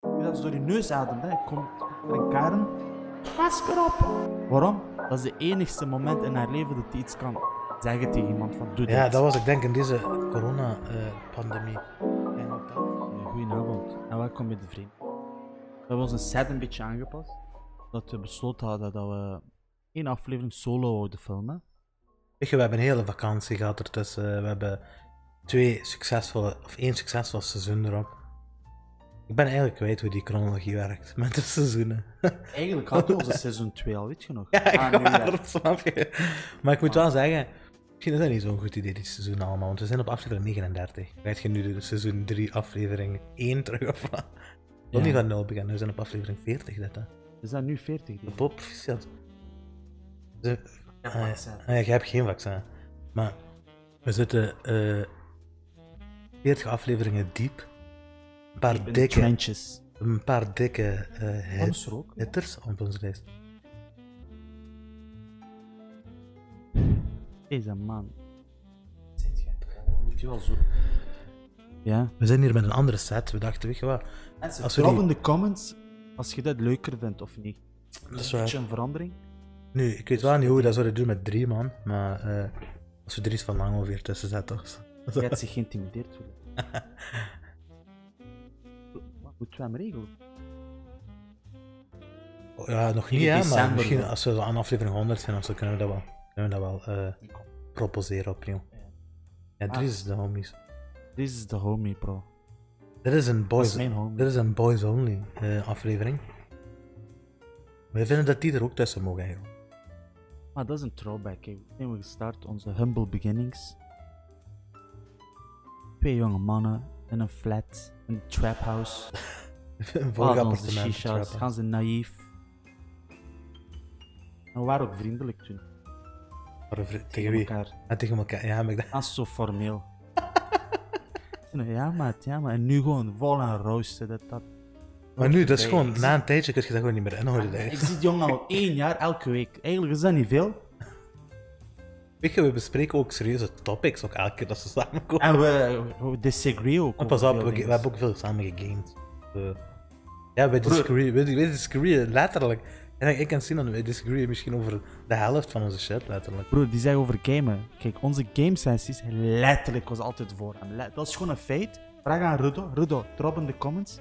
dat is door je neus ademt. Hè. Je komt achter een karen. Masker op. Waarom? Dat is de enigste moment in haar leven dat hij iets kan zeggen tegen iemand van doe dit. Ja, dat was ik denk in deze corona-pandemie. en ook dat. Goedenavond en welkom bij de vriend. We hebben onze set een beetje aangepast. Dat we besloten hadden dat we één aflevering solo wouden filmen. Weet je, we hebben een hele vakantie gehad ertussen. We hebben twee succesvolle, of één succesvol seizoen erop. Ik ben eigenlijk kwijt hoe die chronologie werkt met de seizoenen. Eigenlijk hadden we onze seizoen 2 al, weet je nog? ja, ik Ah, nu, ja. waar, snap je. Maar ik moet wel zeggen, misschien is dat niet zo'n goed idee, dit seizoen allemaal, want we zijn op aflevering 39. Weet je nu de seizoen 3, aflevering 1 terug of wat? Ja. Nog niet van nul beginnen, we zijn op aflevering 40 dit, hè. We zijn nu 40. Die. Bob, proficiat. De, Ja, Ah, vaccin. ah, ja, je hebt geen vaccin. Maar we zitten eh 40 afleveringen diep. Een paar In de dikke, trenches. een paar dikke eh, hit- Anders ook. hitters op onze lijst. Deze man. Zit jij? Moet je wel zo. Ja. We zijn hier met een andere set. We dachten, weet je wat? Mensen, Als Als we drop die- in de comments als je dat leuker vindt of niet. Dat is Een waar. beetje een verandering. Nu, ik weet wel niet hoe we dat zouden doen met drie man. Maar eh, als we er iets van lang ongeveer tussen zetten. of zo. Jij hebt zich geïntimideerd voelen. Wat moeten we hem regelen? Oh, Ja, nog niet, In hè, maar december misschien wel. als we aan aflevering 100 zijn of zo, kunnen we dat wel, kunnen we dat wel eh, proposeren opnieuw. Ja, Ah. drie is de homies. Dit is de homie, bro. Dit is een Dat boys, is mijn homie. dit is een boys only eh, aflevering. Wij vinden dat die er ook tussen mogen, eigenlijk. Maar dat is een throwback. Hè. Hoe zijn we gestart? Onze humble beginnings. Twee jonge mannen in een flat, een trap house. Een We vorig hadden onze appartement. shisha's, trappen. gaan ze naïef. En we waren ook vriendelijk toen. Voor een vri- tegen wie? elkaar. Ja, tegen elkaar. Ja, maar ik dacht, Dat is zo formeel. Toen, ja, maat, ja, maar. En nu gewoon vol aan roosten. Dat, dat. maar nu, dat is Nee, gewoon, ik na een tijdje kun je dat gewoon niet meer inhouden. dat Ah, Ik is- zie die jongen al één jaar elke week. Eigenlijk is dat niet veel. Weet je, we bespreken ook serieuze topics, ook elke keer dat ze samenkomen. En we, we disagree ook. En pas over op, we, veel we dingen. hebben ook veel samen gegamed. Eh, ja, wij disagreeën, wij, wij disagreeën letterlijk. En ik- ik kan zien dat wij disagreeën misschien over de helft van onze shit, letterlijk. Broer, die zeggen over gamen. Kijk, onze gamesessies, letterlijk was altijd voor hem. Le- Dat is gewoon een feit. Vraag aan Rudo. Rudo, drop in de comments.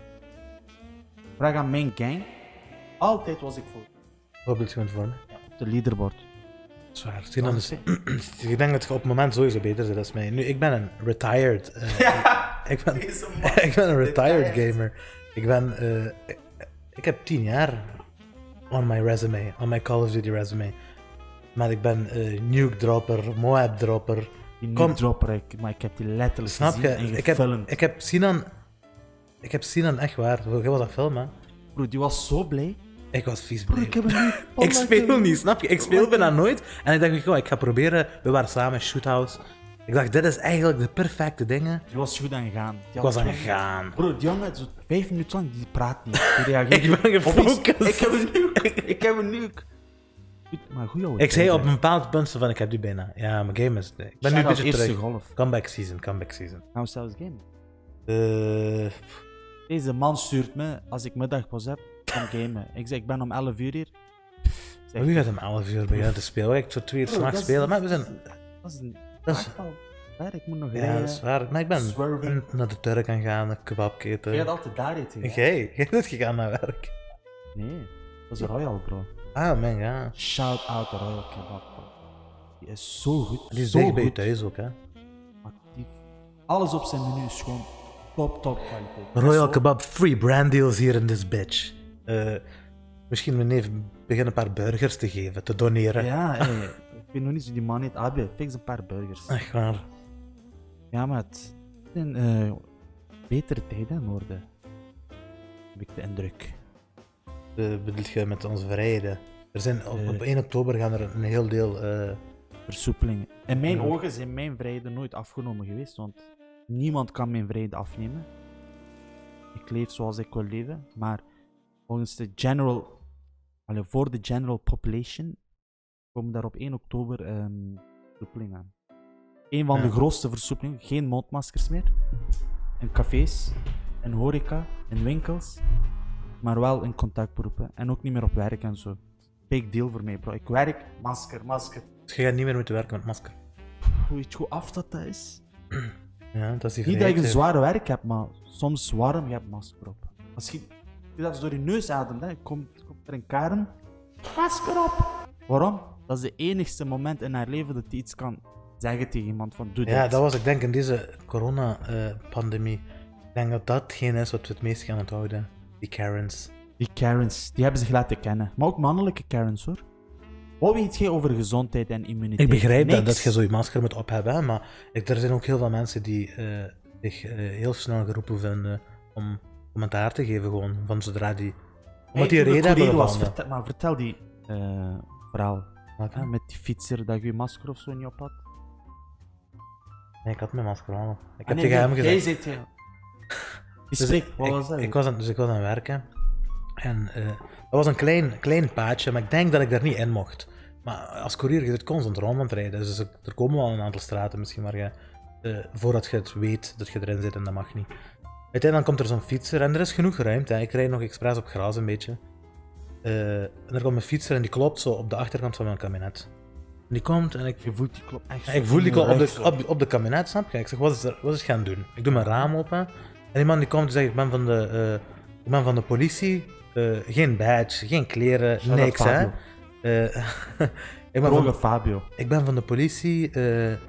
Vraag aan mijn gang. Altijd was ik voor. Bijvoorbeeld gewoon voor me. Op de leaderboard. Zwaar. Zie dan dus- ik denk dat je op het moment sowieso beter zit als mij. Nu, ik ben een retired. eh, ik, ben, ik ben een retired gamer. Ik ben. eh, ik, ik heb tien jaar on my resume, on my Call of Duty resume. Maar ik ben eh, nuke dropper, Moab dropper. Die Kom. nu dropper ik, maar ik heb die letterlijk Snap je? gezien en Ik heb, gefilmd. ik heb Sinan. Ik heb Sinan echt waar. Hoe hoe was dat film, hè? Broer, die was zo blij. Ik was vies Broer, blij. ik heb Oh hem niet. Ik speel niet, snap je? Ik Oh speel bijna nooit. En ik dacht, goh, ik ga proberen. We waren samen, Shoothouse. Ik dacht, dit is eigenlijk de perfecte dingen. Die was goed aan gaan. Ik was aan het gaan. Broer, die jongen, zo vijf minuten lang, die praat niet. Die reageert Ik ben niet. Op iets. Ik gefocust. heb een nuke. Ik heb een nuke. Goed, Maar goed, ouwe Ik zei tijden. op een bepaald punt zo van, ik heb die bijna. Ja, mijn game is... Ik ben nu een Shout-out beetje eerste terug. golf. Nou, Comeback season, comeback season. Gaan we zelfs gamen. Eh, Deze man stuurt me, als ik middagpauze heb, om gamen. Ik zeg, ik ben om 11 uur hier. maar wie gaat om 11 uur beginnen te spelen? Ik tot 2 uur Broer, s'nachts dat is- spelen. Maar we zijn... Dat is een... Dat is- Al ver, ik moet nog Ja, rijden. dat is waar. Maar ik ben Swerven. naar de Turk gaan gaan, een Jij gaat kebabketen. altijd daar eten. hè? Jij, jij bent gegaan naar werk. Nee, dat is Royal, bro. Ah, man, ja. Shout out Royal Kebab, bro. Die is zo goed. Die is zo dicht bij je goed. thuis ook, hè. Actief. Alles op zijn menu is gewoon top, top kwaliteit. Royal Zo- Kebab free brand deals hier in this bitch. Eh, misschien mijn neef begint een paar burgers te geven, te doneren. Ja, hé. ik weet nog niet zo die man heet. Abe, fix een paar burgers. Echt waar. Ja, maar het zijn eh, betere tijden aan orde. Heb ik de indruk. Eh, bedoel je met onze vrijheden? Er zijn, op, op 1 oktober gaan er een heel deel. eh, Versoepelingen. In mijn ogen zijn mijn vrijheden nooit afgenomen geweest, want niemand kan mijn vrijheden afnemen. Ik leef zoals ik wil leven, maar volgens de general, allee, voor de general population, komen daar op 1 oktober ehm versoepelingen aan. Een van Ja. de grootste versoepelingen, geen mondmaskers meer, in cafés, in horeca, in winkels. maar wel in contactberoepen. En ook niet meer op werk en zo. Big deal voor mij, bro. Ik werk, masker, masker. Dus je gaat niet meer moeten werken met masker. Hoe weet je hoe af dat dat is? Ja, dat is die Niet dat ik een vrijheid, zware werk heb, maar soms warm, je hebt masker op. Als je, je dat door je neus ademt, hè, komt, komt er een kern. Masker op. Waarom? Dat is de enigste moment in haar leven dat hij iets kan zeggen tegen iemand van doe hè. Ja, dit. dat was ik denk in deze corona-pandemie. ik denk dat dat geen is wat we het meest gaan onthouden. Die Karens. Die Karens, die hebben zich laten kennen. Maar ook mannelijke Karens hoor. Wat weet jij over gezondheid en immuniteit? Ik begrijp dat, Niks. dat je zo je masker moet op hebben, hè, maar ik, er zijn ook heel veel mensen die eh, zich eh, heel snel geroepen vinden om commentaar te geven, gewoon van zodra die. Omdat die Hey, toen de reden hebben courier was, gevonden. vertel- Maar vertel die eh, verhaal. Welke? Hè, met die fietser dat je je masker of zo niet op had. Nee, ik had mijn masker aan. Ik heb Ah, nee, tegen nee, hem Jij gezegd. zit hier. Die Dus spreekt, wat ik, was dat? Ik was aan, dus ik was aan het werken. En eh, dat was een klein, klein paadje, maar ik denk dat ik daar niet in mocht. Maar als courier, je zit constant rond aan het rijden. Dus er- er komen wel een aantal straten misschien, maar je, eh, voordat je het weet dat je erin zit en dat mag niet. Uiteindelijk komt er zo'n fietser en er is genoeg ruimte. hè. Ik rijd nog expres op gras een beetje. Eh, en er komt een fietser en die klopt zo op de achterkant van mijn kabinet. En die komt en ik Je voelt die klop echt. ja, zo ik voelde ik al op in je de, rug, op, op de kabinet, snap je? Ik zeg, wat is, er, wat is het gaan doen? Ik doe mijn raam open. En die man die komt en zegt, ik ben van de, eh, ik ben van de politie. Eh, geen badge, geen kleren, Shout-out niks, hè? Fabio. Eh, ik, ben zo. Droge van, Fabio. ik ben van de politie. eh, eh,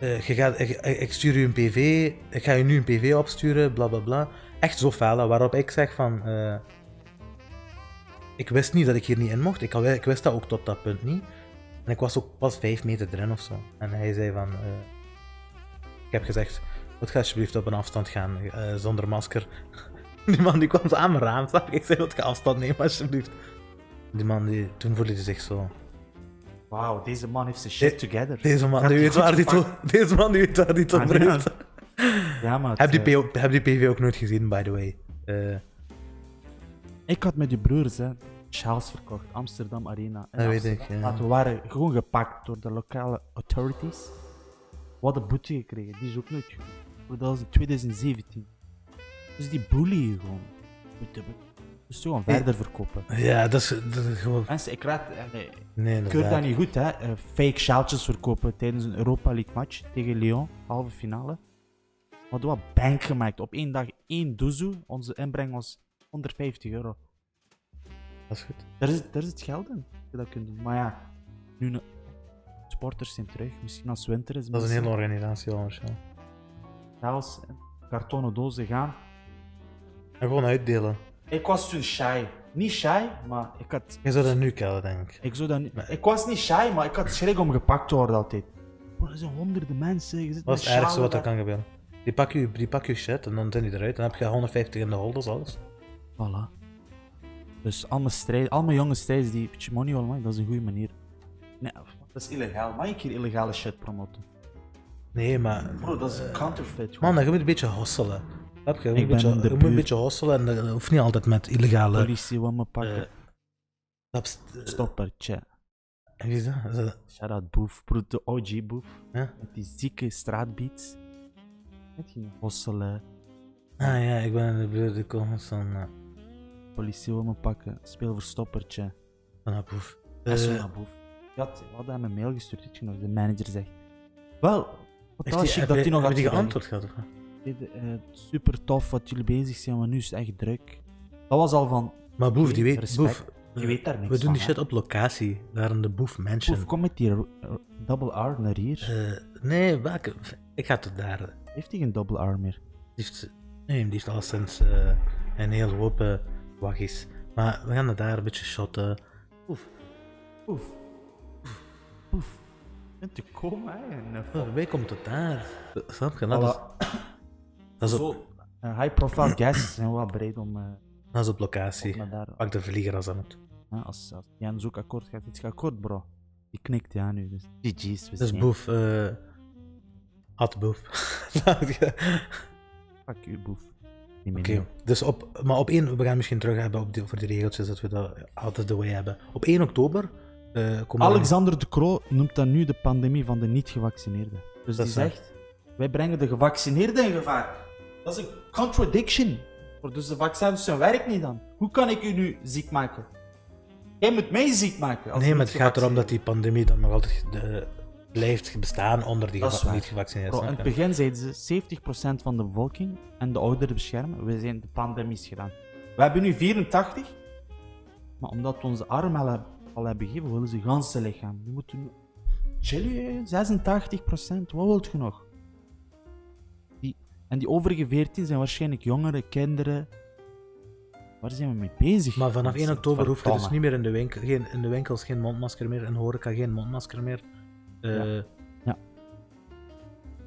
je gaat, ik, ik- ik stuur u een PV. Ik ga je nu een PV opsturen, bla bla bla. Echt zo fel, hè, waarop ik zeg van... eh, ik wist niet dat ik hier niet in mocht. Ik, had- ik wist dat ook tot dat punt niet. En ik was ook pas vijf meter erin of zo. En hij zei van... eh, ik heb gezegd, wat ga alsjeblieft op een afstand gaan eh, zonder masker. Die man die kwam zo aan mijn raam, zag ik. Ik zei, wat ga afstand nemen alsjeblieft. Die man, die, toen voelde hij zich zo... Wauw, deze man heeft zijn shit together. Deze man, Gaat die die weet goed waar die toe, gepakt? deze man die weet waar die toe Ah, brengt. nee, Ja, maar het, Heb die, eh, PO heb die PV ook nooit gezien, by the way. Eh, Ik had met die broers, hè, Charles verkocht, Amsterdam Arena. in Dat weet Amsterdam. ik, ja. Maar we waren gewoon gepakt door de lokale authorities. We hadden boete gekregen, die is ook nooit gekomen. Maar Dat was in 2017. Dus die bully je gewoon. Boete, boete. Dus gewoon verder verkopen. ja, dat is, dat is gewoon... Mensen, ik raad. eh, Nee, Nee, ik keur dat inderdaad. niet goed, hè? Eh, fake sjaaltjes verkopen tijdens een Europa League match tegen Lyon, halve finale. We hadden wat bank gemaakt. Op één dag één doezoe. Onze inbreng was 150 euro. Dat is goed. Daar zit, daar zit geld in, dat je dat kunt doen. Maar ja, nu ne- sporters zijn terug. Misschien als het winter is. Dat is een mensen hele organisatie anders, ja. Chaos, in kartonnen dozen gaan. En gewoon uitdelen. Ik was toen shy. Niet shy, maar ik had... Je zou dat nu kennen, denk ik. Ik, zou dan, ik was niet shy, maar ik had schrik om gepakt te worden altijd. Bro, er zijn honderden mensen. Je zit Dat is met het ergste sjalen wat daar. er kan gebeuren. Die pakken je, die pakken je shit en dan zijn die eruit. Dan heb je 150 in de holders, alles. Voilà. Dus allemaal, strijd, allemaal jonge strijders die... Beetje money wel, man. Dat is een goede manier. Nee, dat is illegaal. Mag ik hier illegale shit promoten? Nee, maar... Bro, dat is een counterfeit. gewoon. Eh, Man, je moet een beetje hosselen. Snap je? Je moet, Ik een ben beetje, in de je moet een buurt. beetje hosselen en dat dat hoeft niet altijd met illegale... Politie wil me pakken. eh, Taps- Stoppertje. Wie is dat? Is dat- Shout out Boef, broer, de OG Boef. Ja. Met die zieke straatbeats. Met die hosselen, Ah ja, ik ben in de buurt gekomen van, eh, politie wil me pakken, speel voor stoppertje. van Apoef. Uh, Eh, Boef. Je had, we hadden hem een mail gestuurd, weet je nog, de manager zegt. Wel, wat heeft was chic heb dat hij nog heb had die gedaan. geantwoord gehad? of wat? Dit, eh, super tof wat jullie bezig zijn, maar nu is het echt druk. Dat was al van, Maar Boef, die weet... Respect. Boef, Je weet daar niks We doen die van, shit op locatie, daar in de Boef Mansion. Boef, kom met die r- r- double R naar hier. Eh, nee, welke? Ik ga tot daar. Die Heeft hij geen double R meer? heeft, nee, die heeft al sinds eh, een heel hoop eh, waggies. Maar we gaan het daar een beetje shotten. Oef. Boef. Boef. En te komen, hè. En, eh, Oh, Wij komt het daar. Snap je? Nou, Dat is, Voilà. dat is, op, Zo, eh, high profile guests zijn wel breed om eh, dat is op om locatie. me daar. Pak de vlieger als dat moet. hè, als, als jij een zoekakkoord gaat, iets akkoord, bro. Die knikt ja nu. Dus GG's. we Dat is zijn- boef. eh at boef. Fuck u, boef. Die Oké, meneer. dus op, maar op 1, we gaan misschien terug hebben op die, voor die regeltjes dat we dat altijd de way hebben. Op 1 oktober eh komen we- Alexander de Croo noemt dat nu de pandemie van de niet-gevaccineerden. Dus Dat die is waar. zegt, wij brengen de gevaccineerden in gevaar. Dat is een contradiction. Dus de vaccins zijn werk niet dan. Hoe kan ik u nu ziek maken? Jij moet mij ziek maken. als Nee, je maar niet het gaat erom gevaccineerd dat die pandemie dan nog altijd eh, blijft bestaan onder die Dat is geva- waar. Oh, niet gevaccineerd. Bro, in snap het je? begin zeiden ze 70% van de bevolking en de ouderen beschermen. We zijn de pandemies gedaan. We hebben nu 84, maar omdat we onze arm al, heb- al hebben gegeven, willen ze ganse lichaam. Je moet nu... Chill je, 86%, wat wilt je nog? Die... En die overige 14 zijn waarschijnlijk jongeren, kinderen. Waar zijn we mee bezig? Maar vanaf 1 mensen? oktober hoef je dus Verdomme. niet meer in de, winkel, geen, in de winkels geen mondmasker meer, in horeca geen mondmasker meer. Eh, Ja.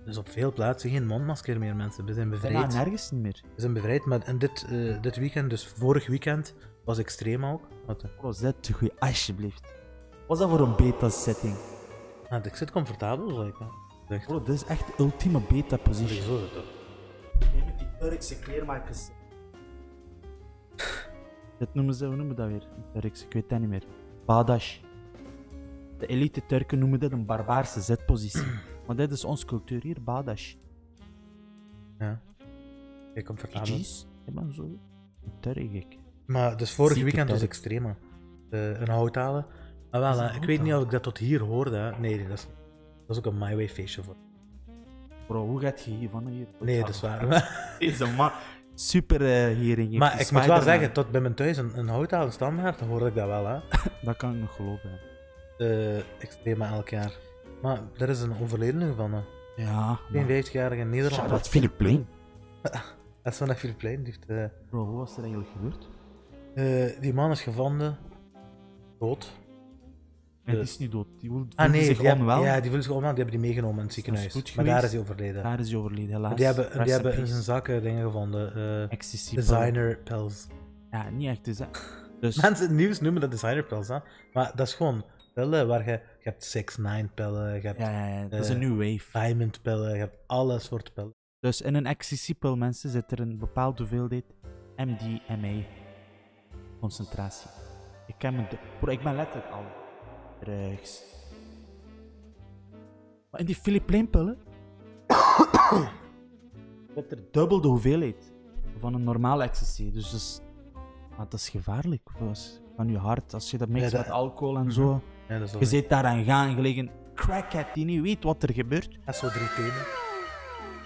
Dus op veel plaatsen geen mondmasker meer, mensen. We zijn Bijna bevrijd. nergens niet meer. We zijn bevrijd, maar en dit, eh, dit weekend, dus vorig weekend, was extreem ook. Wat, eh, Bro, zet je goeie, alsjeblieft. Wat is dat voor een beta-setting? nou, ik zit comfortabel, zo ik. hè. Echt. Bro, dit is echt de ultieme beta-position. Sowieso zit dat. Neem met die Turkse kleermakers. Dat noemen ze, hoe noemen we dat weer? Een Turks, ik weet dat niet meer. Badash. De elite Turken noemen dit een barbaarse zetpositie. maar dit is onze cultuur hier, Badash. Ja. Ik comfortabel. Jeez, ik ben zo. Een Turk, ik. Maar dus vorig Zieke weekend was kerk. extreem, hè. Eh, een houthalen. Maar wel, een hè, ik weet niet houthalen? of ik dat tot hier hoorde. hè. Nee, nee, dat is, dat is ook een My Way feestje voor. Bro, hoe gaat je hiervan hier? Nee, dat is waar. Maar, Deze man. Super eh hering. heeft die ik moet wel Spider-Man. zeggen, tot bij mijn thuis een, een houthalen standaard dan hoorde ik dat wel, hè. Dat kan ik nog geloven. hè. Eh extreme elk jaar. Maar er is een overledene van, hè. Ja. man. 52-jarige Nederlander. Shout-out Philip Plein. Dat is vanaf Filipijn. Die, heeft, eh, Bro, hoe was er eigenlijk gebeurd? eh, die man is gevonden. Dood. En die Eh. is niet dood. Die voelde Ah nee, zich die hebben- onwel. ja, die voelde zich onwel. Die hebben die meegenomen in het is goed ziekenhuis. Maar daar geweest. is hij overleden. Daar is hij overleden, helaas. Die hebben, Rest die in hebben in peace. zijn zakken dingen gevonden. eh, XTC designer pills. Ja, niet echt. Dus, hè. dus Mensen in het nieuws noemen dat designer pills, hè? maar dat is gewoon pillen waar je, je hebt 6 9 pillen, je hebt ja, ja, ja, dat is eh, een new wave. diamond pillen, je hebt alle soorten pillen. Dus in een XTC-pil, mensen, zit er een bepaalde hoeveelheid MDMA-concentratie. Ik ken me... de- Bro, ik ben letterlijk al... Drugs. Maar in die Filipijnpillen... zit er dubbel de hoeveelheid van een normale XTC. Dus dat is... Maar dat is gevaarlijk. volgens- Van je hart, als je dat mixt Ja, dat- Mhm. met alcohol en zo... Ja, dat is wel Je zit daar aan gaan gelegen crackhead die niet weet wat er gebeurt. dat is zo drie tenen.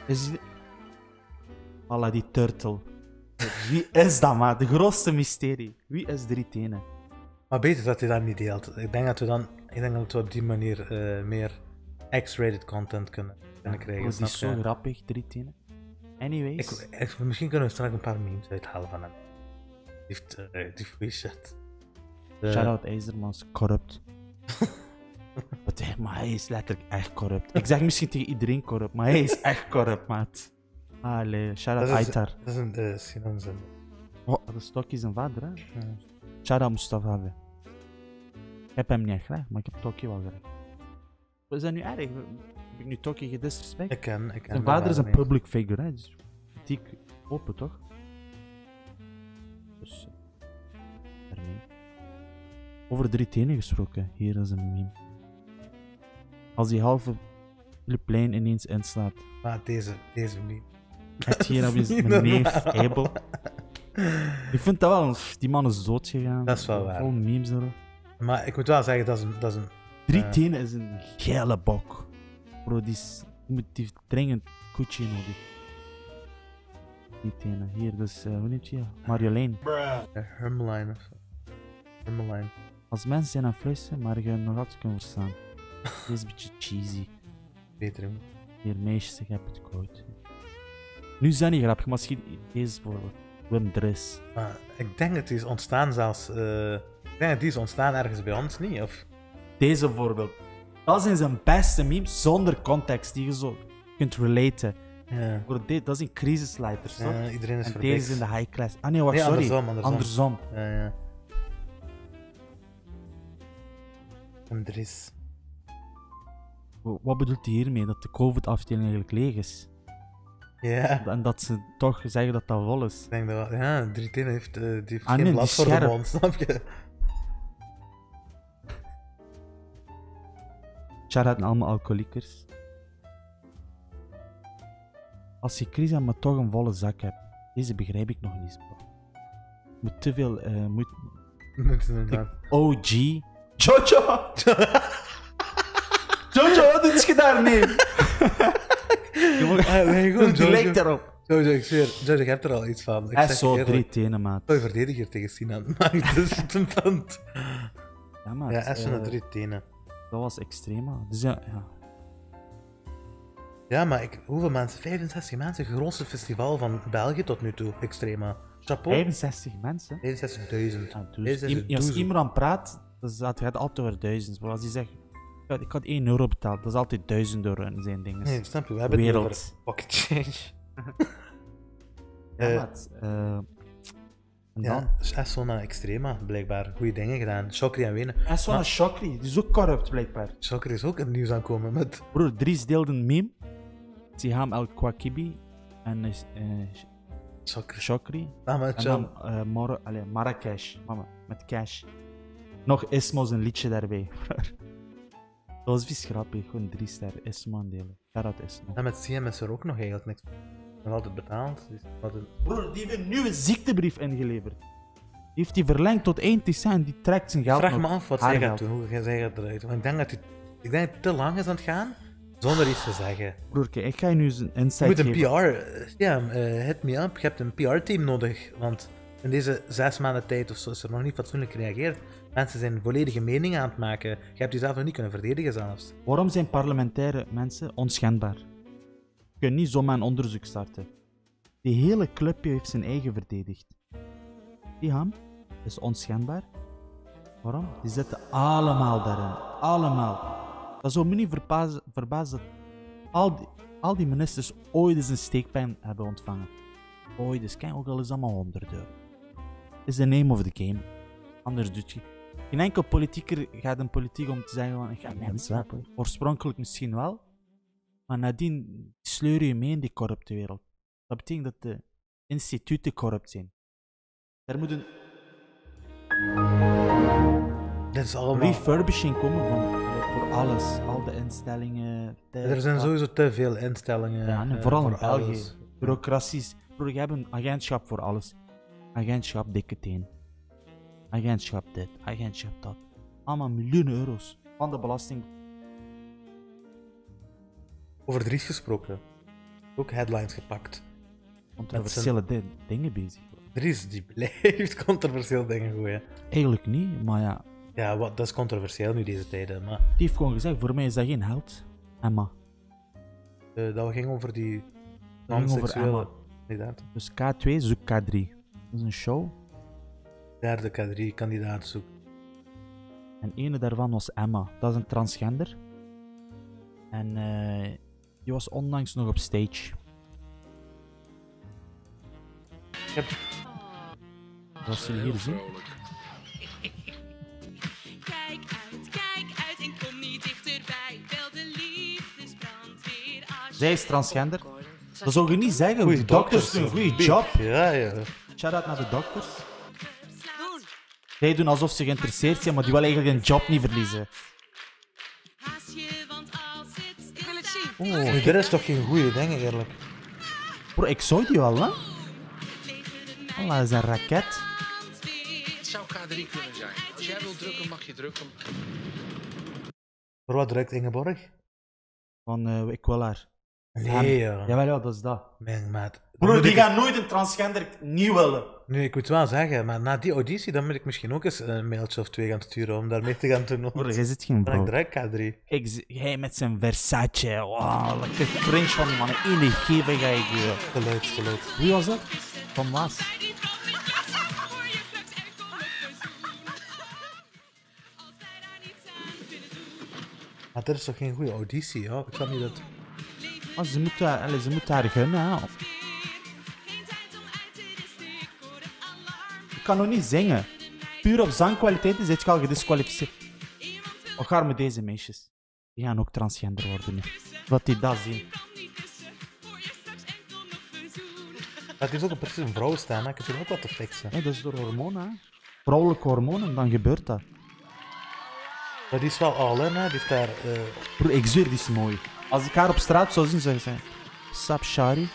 Dus... Alla die turtle. Wie is dat, maat? De grootste mysterie. Wie is drie tenen? Maar beter dat hij dat niet deelt. Ik denk dat we dan, ik denk dat we op die manier eh, meer X-rated content kunnen, kunnen krijgen. Oh, die is snap zo je? grappig, drie tenen. Anyways. ik, ik- misschien kunnen we straks een paar memes uithalen van hem. Die heeft, eh, die heeft goeie shit. Eh, Shout-out IJzermans, corrupt. Wat, hè, maar hij is letterlijk echt corrupt. Ik zeg misschien tegen iedereen corrupt, maar hij is echt corrupt, maat. Allee, shout-out dat is, Aitar. dat is een eh, synoniem. Oh, dat is toch zijn vader, hè? Ja. Shout-out Mustafa. hè. Ik heb hem niet graag, maar ik heb Tokkie wel graag. Wat is dat nu erg? Heb ik nu Tokkie gedisrespect? Ik ken, ik ken Zijn vader is een niet. public figure, hè? Dus kritiek open, toch? Dus... eh, Daarmee. Over drie tenen gesproken. Hier is een meme. Als die halve Filipijn ineens inslaat. Maar deze, deze meme. Heb je hier op is je niet mijn neef, normaal. Abel? Ik vind dat wel... Die man is dood gegaan. Dat is wel waar. Vol memes erop. Maar ik moet wel zeggen, dat is een, dat is een Drie Ja. tenen is een gele bok. Bro, die, is, die moet die heeft dringend koetje nodig. Drie tenen. Hier, dus, eh hoe noemt je? Marjolein. een eh, Hermeline of zo. Hermeline. Als mensen zijn aan het fluisteren, maar je nog altijd kunt verstaan. Dit is een beetje cheesy. Beter jongen. Hier, meisjes, ik heb het koud. Nu zijn die grappig, maar misschien deze bijvoorbeeld. Wim Dres. Maar ik denk dat die is ontstaan zelfs. eh, ik denk dat die is ontstaan ergens bij ons niet. Of Deze bijvoorbeeld. Dat zijn zijn beste memes zonder context, die je zo kunt relaten. ja. Bro, dit, dat zijn crisisleiders, toch? Ja, iedereen is En verplicht. deze in de high class. Ah nee, wacht, Nee, sorry. andersom, andersom. andersom. Ja, ja. Een Dries. W- Wat bedoelt hij hiermee? Dat de COVID-afdeling eigenlijk leeg is. Ja. En dat ze toch zeggen dat dat vol is. Ik denk dat wel. Ja, drie tenen heeft, eh, die heeft Ah, geen nee, blad die voor de scherp. mond, snap je? Shout-out naar allemaal alcoholiekers. Als je crisis hebt, maar toch een volle zak hebt. Deze begrijp ik nog niet. bro. Moet te veel. eh, moet Dat is inderdaad. OG. Jojo! Jojo, wat doet je daar nee? Ah, nee, gewoon Die Jojo. lijkt erop. Jojo, ik zweer, Jojo, je hebt er al iets van. Ik Hij zeg is je zo eerlijk, drie tenen, maat. Wat je verdediger tegen Sinan maakt, dat is het een punt. Ja, maat. Ja, Essen eh, had drie tenen. Dat was extreem, maat. Dus ja, ja. Ja, maar ik, hoeveel mensen? 65 mensen, het grootste festival van België tot nu toe, Extrema. Chapeau. 65 mensen. 65.000. Ja, dus, im- als 65.000. iemand praat, dan gaat het altijd over duizend. Maar als hij zegt, "Ja, ik had 1 euro betaald, dat is altijd 1000 euro in zijn dingen. Nee, snap je, we hebben Wereld. het niet over pocket change. Ja, eh, maat. Eh, en dan? Ja, Essen naar Extrema, blijkbaar. Goede dingen gedaan. Chokri en Wenen. En zo'n Chakri, die is ook corrupt blijkbaar. Chokri is ook in het nieuws aankomen met... Broer, Dries deelde een meme. Siham El Kwakibi en eh, eh, Chokri. Chakri. Ah, maar En Chal- dan eh, Mar- allee, Marrakesh, mama, met cash. Nog Ismo zijn liedje daarbij. dat was vies grappig, gewoon drie sterren Ismo aandelen. Daaruit Ismo. En met CM is er ook nog eigenlijk niks. Nog altijd betaald. Dus wat een... Broer, die heeft een nieuwe ziektebrief ingeleverd. Die heeft die verlengd tot 1 december en die trekt zijn geld Vraag nog. me af wat Haar zij gaat geld. doen. Hoe zij gaat eruit. Want ik denk dat hij ik denk dat het te lang is aan het gaan zonder iets te zeggen. Broer, kijk, ik ga je nu eens een Je insight moet geven. een PR. eh, Ja, eh, hit me up. Je hebt een PR-team nodig. Want in deze zes maanden tijd of zo is er nog niet fatsoenlijk gereageerd. Mensen zijn volledige meningen aan het maken. Je hebt jezelf nog niet kunnen verdedigen zelfs. Waarom zijn parlementaire mensen onschendbaar? Je kunt niet zomaar een onderzoek starten. Die hele clubje heeft zijn eigen verdedigd. Die ham is onschendbaar. Waarom? Die zitten allemaal daarin. Allemaal. Dat zou me niet verbazen, verbazen dat al die, al die ministers ooit eens een steekpijn hebben ontvangen. Ooit eens. Kijk, ook al is het allemaal honderd euro. is the name of the game. Anders doet je. Geen enkel politieker gaat een politiek om te zeggen van ik ga mensen helpen. Oorspronkelijk misschien wel, maar nadien sleur je mee in die corrupte wereld. Dat betekent dat de instituten corrupt zijn. Er moet een Dit is allemaal... refurbishing komen van, voor alles. Al de instellingen. de- Er zijn sowieso te veel instellingen. Ja, en eh, vooral in voor België. alles. Bureaucraties. Broer, je hebt een agentschap voor alles. Agentschap dikke teen. Agentschap dit, agentschap dat. Allemaal miljoenen euro's van de belasting. Over Dries gesproken. Ook headlines gepakt. Controversiële di- dingen bezig. Dries die blijft controversieel dingen gooien. Eigenlijk niet, maar ja. Ja, wat, dat is controversieel nu deze tijden, maar Die heeft gewoon gezegd, voor mij is dat geen held. Emma. eh, dat ging over die Dat ging over non-seksuele... Emma. Inderdaad. Dus K2 zoek K3. Dat is een show. Derde K3-kandidaat zoek. En ene daarvan was Emma. Dat is een transgender. En eh, die was onlangs nog op stage. heb- Dat was jullie hier zien. Kijk uit, kijk uit en kom niet dichterbij. Bel de liefdesbrandweer als Zij is transgender. Dat zou je niet zeggen. de dokters doen een goede job. Ja, ja. Shout-out naar de dokters. verslaat. Zij doen alsof ze geïnteresseerd zijn, maar die willen eigenlijk hun job niet verliezen. Haast je, want als het stil wil het zien. Oh, dit is toch geen goede ding, eerlijk. Bro, ik zou die wel, hè? leven het mij Allah, dat is een raket. brandweer. Het zou K3 kunnen zijn. Als jij wilt drukken, mag je drukken. Voor wat drukt Ingeborg? Van, eh, ik wil haar. Nee, joh. Jawel, ja, dat is dat. Mijn maat. Bro, Moet die ik- gaan nooit een transgender niet willen. Nu, ik moet het wel zeggen, maar na die auditie, dan moet ik misschien ook eens een mailtje of twee gaan sturen om daarmee te gaan doen. Bro, want jij zit geen Dan bro. druk K3. Ik, zie- jij met zijn Versace. Wow, lekker cringe van die mannen. Ene geevigheid, joh. Geluid, geluid. Wie was dat? Van Maas. Bij die brandweer klassen voor je flex en kom het verzoen. Als wij daar niets aan kunnen doen, Maar dit is toch geen goede auditie, joh? Ik snap niet dat... Maar Ah, ze moet, haar- allee, ze moet haar gunnen, hè. weer. Geen tijd om uit te rusten, ik hoor het alarm. Ik kan nog niet zingen. Puur op zangkwaliteit is het al gedisqualificeerd. Iemand wil Wat gaan met deze meisjes? Die gaan ook transgender worden nu. Wat die dat zien. kan niet tussen voor je straks enkel nog verzoen. Het is ook een- precies een vrouwenstem, hè. Ik heb hier ook wat te fixen. Hé, dat is door hormonen, hè. Vrouwelijke hormonen, dan gebeurt dat. Maar die is wel all in, hè. Die is daar... eh, Broer, ik zweer, die is mooi. Als ik haar op straat zou zien, zou ik zeggen... Sap Shari.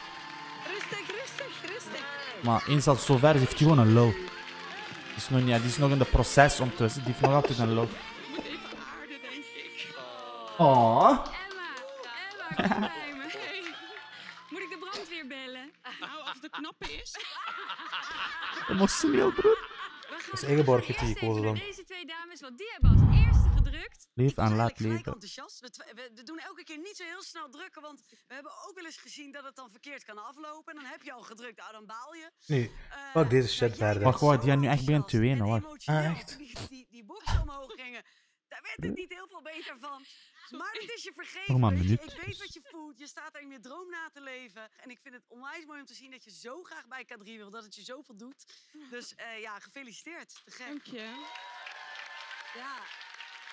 Rustig, rustig, rustig. Maar eens dat het zover is, heeft hij gewoon een low. Die is nog, niet, die is nog in de proces ondertussen. Die heeft nog altijd een low. Ik moet even aarden, denk ik. Oh. Emma, Emma, kom bij me. Hey. Moet ik de brandweer bellen? Nou, als de knappe is. Emotioneel, broer. Dus Ingeborg heeft die Eerst gekozen even naar dan. Deze twee dames, want die hebben als eerste gedrukt. Leef aan laat Ik ben eigenlijk gelijk leven. enthousiast. We, tw- we doen elke keer niet zo heel snel drukken, want we hebben ook wel eens gezien dat het dan verkeerd kan aflopen. En dan heb je al gedrukt, nou dan baal je. Nu, Eh, Fuck deze shit maar jij verder. was Wacht, wacht, zo jij nu echt begint te enthousiast wenen, en hoor. emotioneel Ah, echt? toen Die, die, die boksen omhoog gingen. Daar werd het niet heel veel beter van. Maar het is je vergeven. Nog maar een weet je. minuut. Ik weet wat je voelt. Je staat er in je droom na te leven. En ik vind het onwijs mooi om te zien dat je zo graag bij K3 wil. Dat het je zoveel doet. Dus eh, ja, gefeliciteerd. Te gek. Dank je. Ja.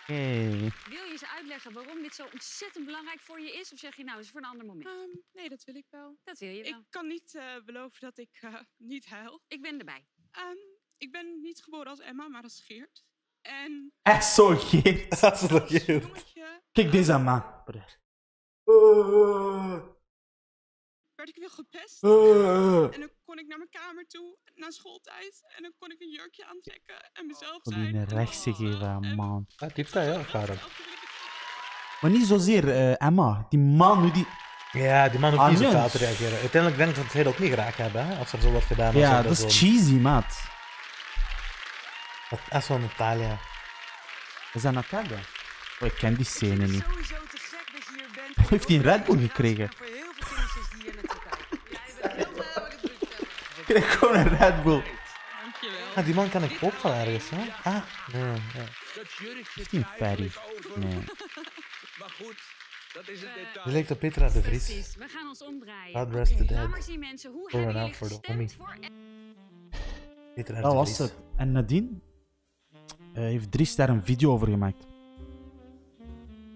Hey. Wil je eens uitleggen waarom dit zo ontzettend belangrijk voor je is? Of zeg je nou, is voor een ander moment? Ehm, nee, dat wil ik wel. Dat wil je wel. Ik kan niet eh, beloven dat ik eh, niet huil. Ik ben erbij. Ehm, ik ben niet geboren als Emma, maar als Geert. En Echt zo geeft. Dat is toch als cute. jongetje Kijk deze aan, man. Broer. werd ik weer gepest. En dan kon ik naar mijn kamer toe, na schooltijd. En dan kon ik een jurkje aantrekken en mezelf Ik wil zijn. die Oh, een rechtse geven, aan, man. Ah, die heeft dat heel ervaren. Maar niet zozeer eh, Emma. Die man nu die... Ja, die man hoeft Ah, niet zo nee. fout te reageren. Uiteindelijk denk ik dat hij dat ook niet geraakt hebben, hè? Als er zo wat gedaan was. Ja, en dat is zo. cheesy, maat. Dat is echt zo'n Natalia. Is dat Natalia? Oh, ik ken die scène Het is niet. Sowieso te gek dat je hier bent. Heeft hij een Red Bull gekregen? Voor heel veel kindjes die hier naartoe kijken. Ja, je bent heel blij dat ik het druk heb. Ik kreeg gewoon een Red Bull. Dankjewel. Ah, die man kan ik ook van ergens, hè? Ah, nee. Ja. Dat jurkje Niet draait fatty. eigenlijk over. Nee. Maar goed, dat is een Die detail. lijkt op Petra de Vries. Precies, we gaan ons omdraaien. God rest the Oké, Laat maar dead. zien mensen, hoe Voor hebben een jullie naam voor de gestemd voor... Petra Dat de was Vries. het. En Nadine eh, heeft drie sterren een video over gemaakt.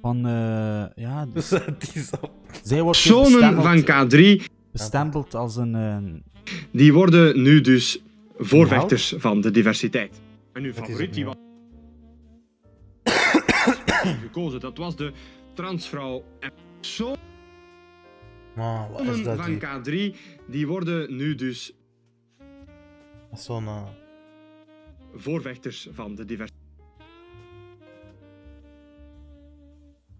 Van, eh, ja, Dus dat is op. zij wordt hier Personen van bestempeld, K3 bestempeld als een... eh, die worden nu dus voorvechters van de diversiteit. En uw Het nou? is favoriet die was gekozen, dat was de transvrouw. En Man, wat is Personen dat? van Die? K3 die worden nu dus Dat is Zo'n. eh, voorvechters van de diversiteit.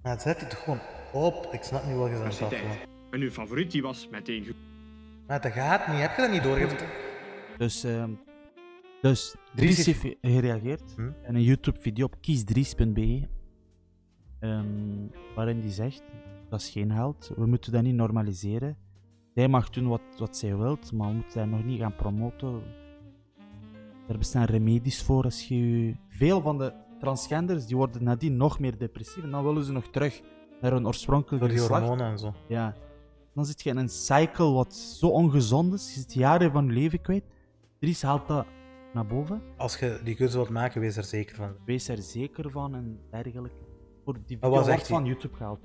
Ja, het zet hij toch gewoon op. Ik snap niet wat je aan het afvraagt. En uw favoriet die was meteen gekozen. Maar dat gaat niet. Heb je dat niet doorgevonden? Dus, ehm dus Dries Dries heeft gereageerd Hm? in een YouTube-video op kiesdries.be, ehm, waarin hij zegt: dat is geen held, we moeten dat niet normaliseren. Zij mag doen wat, wat zij wilt, maar we moeten dat nog niet gaan promoten. Er bestaan remedies voor als je je- Veel van de transgenders die worden nadien nog meer depressief en dan willen ze nog terug naar hun Door oorspronkelijke die geslacht. hormonen en zo. Ja. Dan zit je in een cycle wat zo ongezond is. Je zit jaren van je leven kwijt. Dries haalt dat naar boven. Als je die keuze wilt maken, wees er zeker van. Wees er zeker van en dergelijke. Voor die Maar video wat wordt zegt hij? van YouTube gehaald.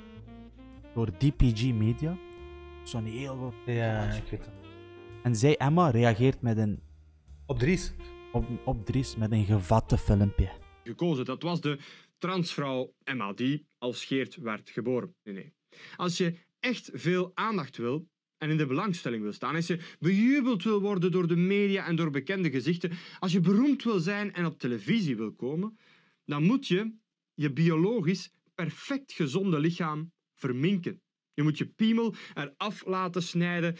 Door DPG Media. Zo'n heel groot... Ja, ik weet het. En zij, Emma, reageert met een, Op Dries. op, op Dries met een gevatte filmpje. gekozen. Dat was de transvrouw Emma, die als Geert werd geboren. Nee, nee. Als je echt veel aandacht wil en in de belangstelling wil staan, als je bejubeld wil worden door de media en door bekende gezichten, als je beroemd wil zijn en op televisie wil komen, dan moet je je biologisch perfect gezonde lichaam verminken. Je moet je piemel eraf laten snijden,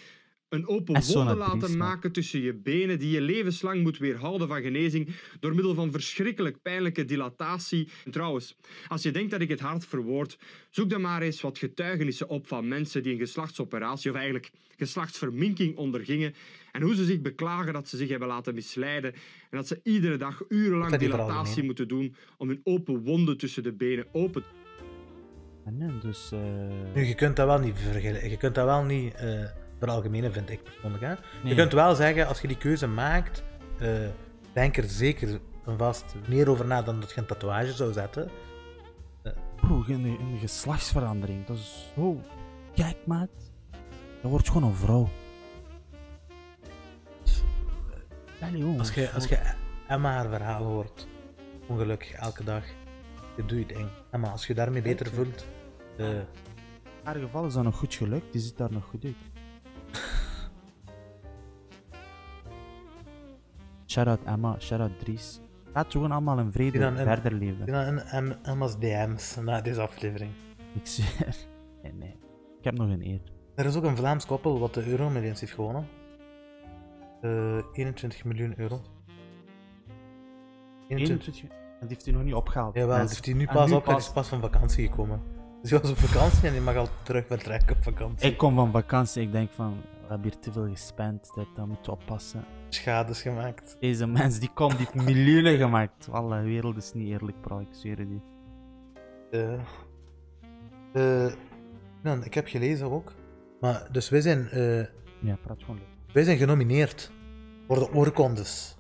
een open En zo wonde naar Dries, laten man. maken tussen je benen die je levenslang moet weerhouden van genezing door middel van verschrikkelijk pijnlijke dilatatie. En trouwens, als je denkt dat ik het hard verwoord, zoek dan maar eens wat getuigenissen op van mensen die een geslachtsoperatie of eigenlijk geslachtsverminking ondergingen en hoe ze zich beklagen dat ze zich hebben laten misleiden en dat ze iedere dag urenlang Dat die verhalen dilatatie niet. moeten doen om hun open wonden tussen de benen open te En eh, dus... eh, Nu, je kunt dat wel niet vergelijken. Je kunt dat wel niet eh veralgemenen, vind ik persoonlijk. Hè? nee. Je kunt wel zeggen, als je die keuze maakt, eh, denk er zeker en vast meer over na dan dat je een tatoeage zou zetten. Broer, een, een geslachtsverandering. Dat is zo... Kijk, maat. Dat wordt gewoon een vrouw. Allee, jongens, Als je, als voor- je Emma haar verhaal hoort, ongelukkig elke dag, je doet je ding. Emma, als je daarmee beter voelt, eh, In haar geval is dat nog goed gelukt. Die zit daar nog goed uit. Shout-out Emma, shout-out Dries. Laat gewoon allemaal in vrede Die dan in- verder leven. Die dan in M- Emma's DM's na deze aflevering. Ik zweer. Nee, nee. Ik heb nog een eer. Er is ook een Vlaams koppel wat de Euromillions heeft gewonnen. Eh 21 miljoen euro. 21. 21. En die heeft hij nog niet opgehaald. Jawel, dat mensen. Ah, heeft hij nu En pas op, hij is pas van vakantie gekomen. Dus hij was op vakantie en hij mag al terug vertrekken op vakantie. Ik kom van vakantie, ik denk van, we hebben hier te veel gespend, dit, dat moeten we oppassen. Schades gemaakt. Deze mens die komt, die heeft miljoenen gemaakt. Alle wereld is niet eerlijk, bro, ik zweer het je. Eh, eh, dan, ik heb gelezen ook. Maar, dus wij zijn, eh, Ja, praat gewoon leuk. wij zijn genomineerd voor de oorkondes.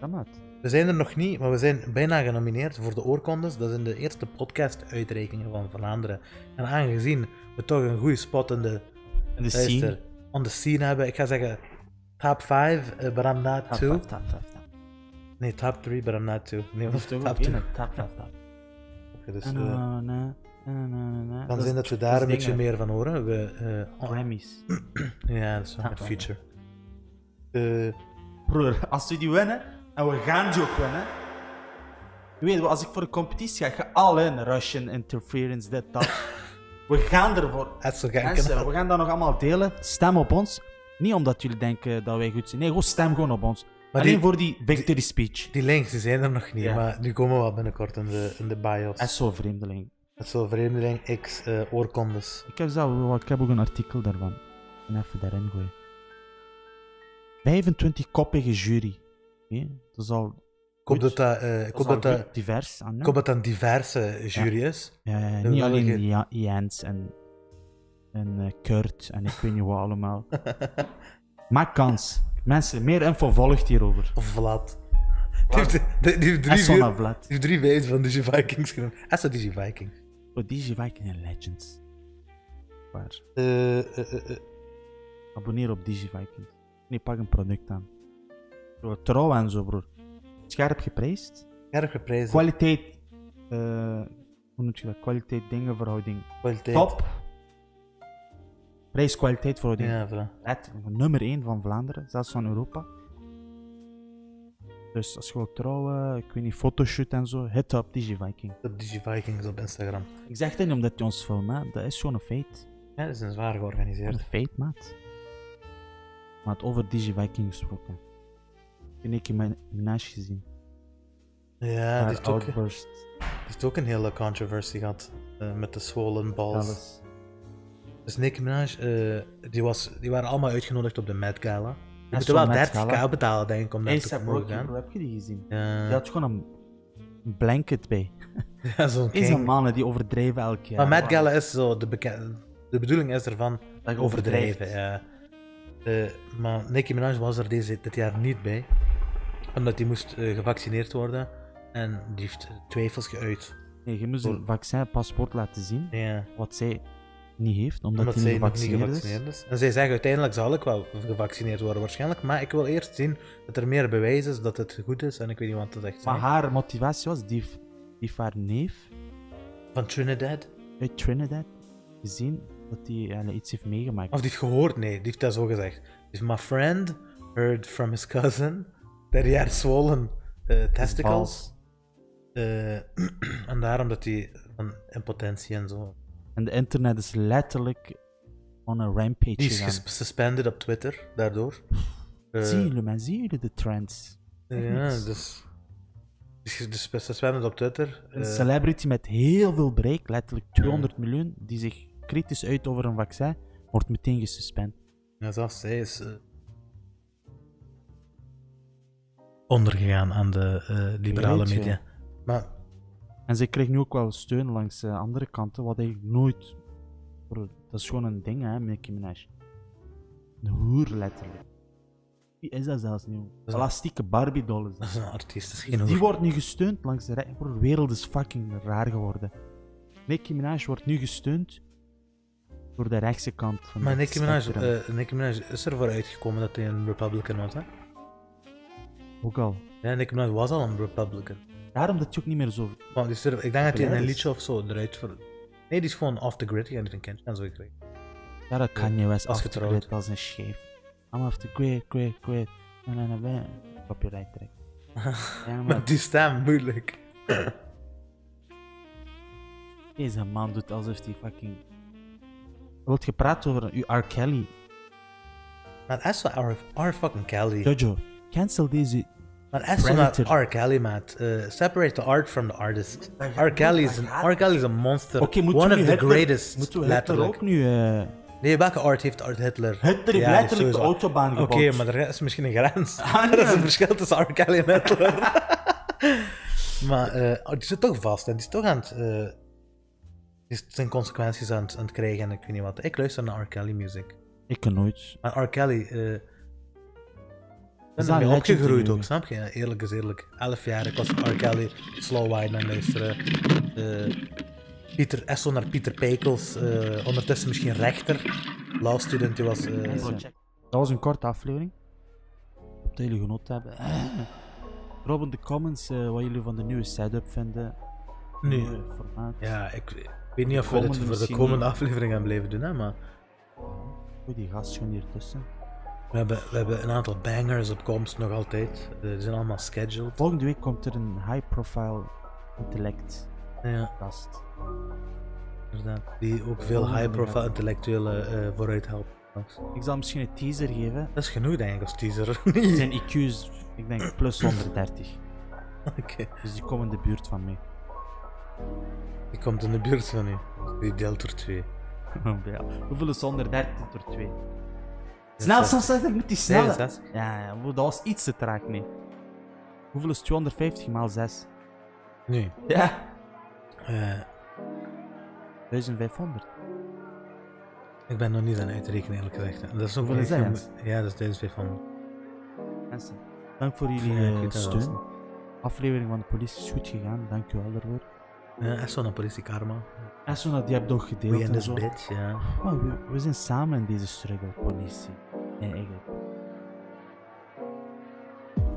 Dat maakt. We zijn er nog niet, maar we zijn bijna genomineerd voor de oorkondes. Dat zijn de eerste podcast-uitreikingen van Vlaanderen. En aangezien we toch een goede spot in de, De luister, scene. on the scene hebben, ik ga zeggen top 5, but I'm not Tap, 2. tap, tap, tap, tap. Nee, top 3, but I'm not 2. Nee, Dat want is toch top ook 2. één, Tap, tap, tap. Dus, Na, eh, na, na, na, na, na. dan is- zijn dat we dat daar is een beetje dingen. meer van horen. We, eh, on- Grammys. ja, dat is wel Top een five. feature. Eh, Broer, als we die winnen, en we gaan die ook winnen. Je weet wel, als ik voor een competitie ga, ik ga al in. Russian interference, dit, dat. we gaan ervoor. het is zo gek. Mensen, we gaan dat nog allemaal delen. Stem op ons. Niet omdat jullie denken dat wij goed zijn. Nee, gewoon stem gewoon op ons. Maar Alleen die- voor die victory speech. Die links die zijn er nog niet, Ja. maar die komen wel binnenkort in de, in de bios. En zo, vreemdeling. Het is zo vreemdeling X eh, oorkondes. Ik heb, zelf, ik heb ook een artikel daarvan. En even daarin gooien. 25 koppige jury. Oké, Dat is al, Ik Goed. hoop dat dat, eh, ik dat is hoop al dat, dat, goed divers. Aan, ik hoop dat dat een diverse eh, jury is. Ja, ja, ja, Een niet welge- alleen Ja- Jens en, en eh, Kurt en ik weet niet wat allemaal. Maak kans. Mensen, meer info volgt hierover. Of Vlad. Die heeft, die, die heeft En drie, Sonna vier, Vlad. die heeft drie waves van DJ Vikings genoemd. Echt zo DJ Vikings. Oh, DJ Viking en Legends. Waar? Eh, eh, eh, eh. Abonneer op DJ Viking. Nee, pak een product aan. Broer, trouw en zo, broer. Scherp geprijsd. Erg geprezen. Kwaliteit. eh, hoe noem je dat? Kwaliteit dingen verhouding. Kwaliteit. Top. Prijs-kwaliteit verhouding. Ja, voilà. Let, nummer 1 van Vlaanderen, zelfs van Europa. Dus als je wilt trouwen, ik weet niet, fotoshoot en zo, hit up DJ Viking. Op DJ Vikings op Instagram. Ik zeg het niet omdat die ons filmt, hè. dat is gewoon een feit. Ja, dat is een zwaar Een georganiseerd. feit, maat. Maat, over DJ Viking gesproken. Ik heb Nicki Min- Minaj gezien. Ja, die Haar heeft, ook, die outburst, heeft ook een hele controversie gehad. eh, met de swollen balls. alles. Dus Nicki Minaj, eh, die, was, die waren allemaal uitgenodigd op de Met Gala. Je moet zo'n er Met wel 30k Gala. betalen, denk ik, om daar te A$AP mogen Rocky, gaan. bro, heb je die gezien? Die Ja, had gewoon een- een blanket bij. ja, zo'n Deze king. mannen die overdrijven elk jaar. Maar Met Gala is zo, de, beke- de bedoeling is ervan Dat je overdrijven. overdrijft. Ja. Eh, maar Nicki Minaj was er deze, dit jaar niet bij, omdat die moest eh, gevaccineerd worden en die heeft eh, twijfels geuit. Nee, je moest een vaccinpaspoort laten zien. Ja, wat zij niet heeft, omdat, omdat hij zij niet nog niet gevaccineerd is. gevaccineerd is. En zij zeggen uiteindelijk zal ik wel gevaccineerd worden waarschijnlijk, maar ik wil eerst zien dat er meer bewijs is dat het goed is en ik weet niet wat dat echt Maar zijn. haar motivatie was, die, heeft- die heeft haar neef Van Trinidad? uit Trinidad gezien dat hij eh, iets heeft meegemaakt. Of die heeft gehoord? Nee, die heeft dat zo gezegd. Dus my friend heard from his cousin that he had swollen eh, testicles. Vals. Eh, en daarom dat hij van impotentie en zo. En de internet is letterlijk on a rampage Die is gegaan. ges- suspended op Twitter daardoor. Eh, Zien jullie, man? Zien jullie de trends? ja, dus. Dus ges- dus suspended op Twitter. Een eh, celebrity met heel veel bereik, letterlijk 200 miljoen, die zich kritisch uit over een vaccin, wordt meteen gesuspend. ja, zelfs zij is. eh, ondergegaan aan de eh, liberale Jeetje. media. Maar En ze kreeg nu ook wel steun langs eh, andere kanten, wat eigenlijk nooit... Bro, dat is gewoon een ding, hè, Nicki Minaj. Een hoer, letterlijk. Wie is dat zelfs niet? is een- Elastieke Barbie-doll is dat dat. is een artiest, dat is geen Dus die hoer. wordt nu gesteund langs de rij. Bro, de wereld is fucking raar geworden. Nicki Minaj wordt nu gesteund door de rechtse kant van Maar het Nicki Minaj, spectrum. eh, Nicki Minaj is ervoor uitgekomen dat hij een Republican was, hè? eh, Ook al. Ja, Nicki Minaj was al een Republican. Daarom dat je ook niet meer zo... Maar die is er- ik denk dat hij in Populair een is. liedje of zo eruit voor... Nee, die is gewoon off the grid gegaan, die een kindje en zo gekregen. Ja, dat kan je West Als afgegrid getrouwd. als een scheef. I'm off the grid, grid, grid. Na, na, na, na. copyright track. ja, maar Maar die stem, moeilijk. deze man doet alsof hij fucking... Wordt gepraat over uw R. Kelly. Maar echt zo R, R fucking Kelly. Jojo, cancel deze... Maar echt zo naar Predator. R. Kelly, maat. Eh, separate the art from the artist. R. Kelly is een, R. Kelly is een monster. Oké, moeten One we of the Hitler- greatest, Moeten we Hitler letterlijk. ook nu... eh, Nee, welke art heeft Art Hitler? Hitler heeft die letterlijk sowieso. de autobaan Oké, gebouwd. maar er is misschien een grens. Ah, Er is nee. een verschil tussen R. Kelly en Hitler. maar eh, oh, die zit toch vast en die is toch aan het... eh, die is zijn consequenties aan het, aan het krijgen en ik weet niet wat. Ik luister naar R. Kelly muziek. Ik kan nooit. Maar R. Kelly... eh dat ik ben ermee een legend opgegroeid in ook, je- snap je? Ja, Eerlijk is eerlijk. Elf jaar, ik was R. Kelly, Slow Wine aan het luisteren. Eh, Pieter Esso naar Pieter Pekels. eh, ondertussen misschien rechter. Law student, die was... eh, Mensen, Dat was een korte aflevering. Ik hoop dat jullie genoten hebben. Rob in de comments eh, wat jullie van de nieuwe setup vinden. nu, Nieuwe formaat. Ja, ik, ik weet niet of we dit komende voor de misschien komende niet. aflevering gaan blijven doen, hè, maar Oei, die gast gewoon hier tussen. we hebben, we hebben een aantal bangers op komst nog altijd. Eh, Die zijn allemaal scheduled. Volgende week komt er een high profile intellect Ja, gast. inderdaad. Die ook veel Volgende high-profile week. intellectuelen eh, vooruit helpen. Ik zal misschien een teaser geven. Dat is genoeg, denk ik, als teaser. Zijn IQ is, ik denk, plus 130. Oké. Dus die komen in de buurt van mij. Die komt in de buurt van u. Die deelt er twee. Ja. Hoeveel is 130 door 2? Snel, snel, snel, met die snelle. 67. Ja, ja, dat was iets te traag, nee. Hoeveel is 250 maal 6? Nu, Ja. eh, 1500. ik ben nog niet aan het uitrekenen, eerlijk gezegd. Dat is nog Hoeveel is dat, echt- Jens? Ja, dat is 1500. Mensen, dank voor jullie Ja, ik eh, weet dat wel. steun. Aflevering van de politie is goed gegaan, dank u wel daarvoor. Ja, Eh, echt zo'n politie karma. En zo dat die hebt ook We gedeeld in en this zo. bitch, ja. Maar we, we zijn samen in deze struggle, politie. Nee, eigenlijk.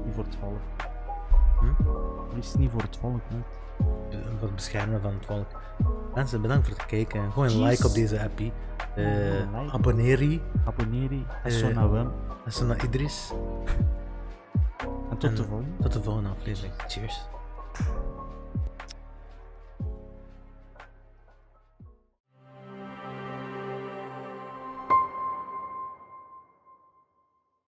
Niet voor het volk. Hm? Politie niet voor het volk, man. eh, voor het beschermen van het volk. Mensen, bedankt voor het kijken. Gewoon een like op deze appie. Eh, Een like. abonneer je. Abonneer je, en zo nou naar Eh, Wim. Dat is naar Idris. En tot en- de volgende. Tot de volgende aflevering. Cheers.